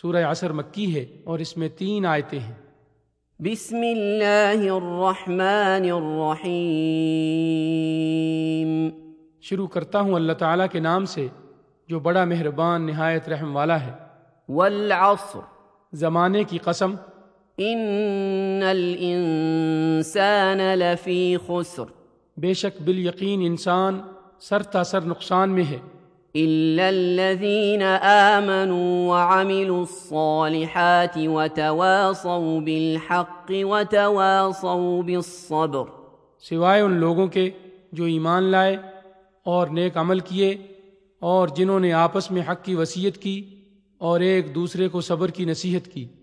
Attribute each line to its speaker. Speaker 1: سورہ عصر مکی ہے اور اس میں تین آیتیں ہیں
Speaker 2: بسم اللہ الرحمن الرحیم
Speaker 1: شروع کرتا ہوں اللہ تعالیٰ کے نام سے جو بڑا مہربان نہایت رحم والا ہے
Speaker 2: والعصر
Speaker 1: زمانے کی قسم
Speaker 2: ان الانسان لفی خسر
Speaker 1: بے شک بال یقین انسان سر تاثر نقصان میں ہے
Speaker 2: الا الذين امنوا وعملوا الصالحات وتواصوا بالحق وتواصوا بالصبر
Speaker 1: سوائے ان لوگوں کے جو ایمان لائے اور نیک عمل کیے اور جنہوں نے آپس میں حق کی وصیت کی اور ایک دوسرے کو صبر کی نصیحت کی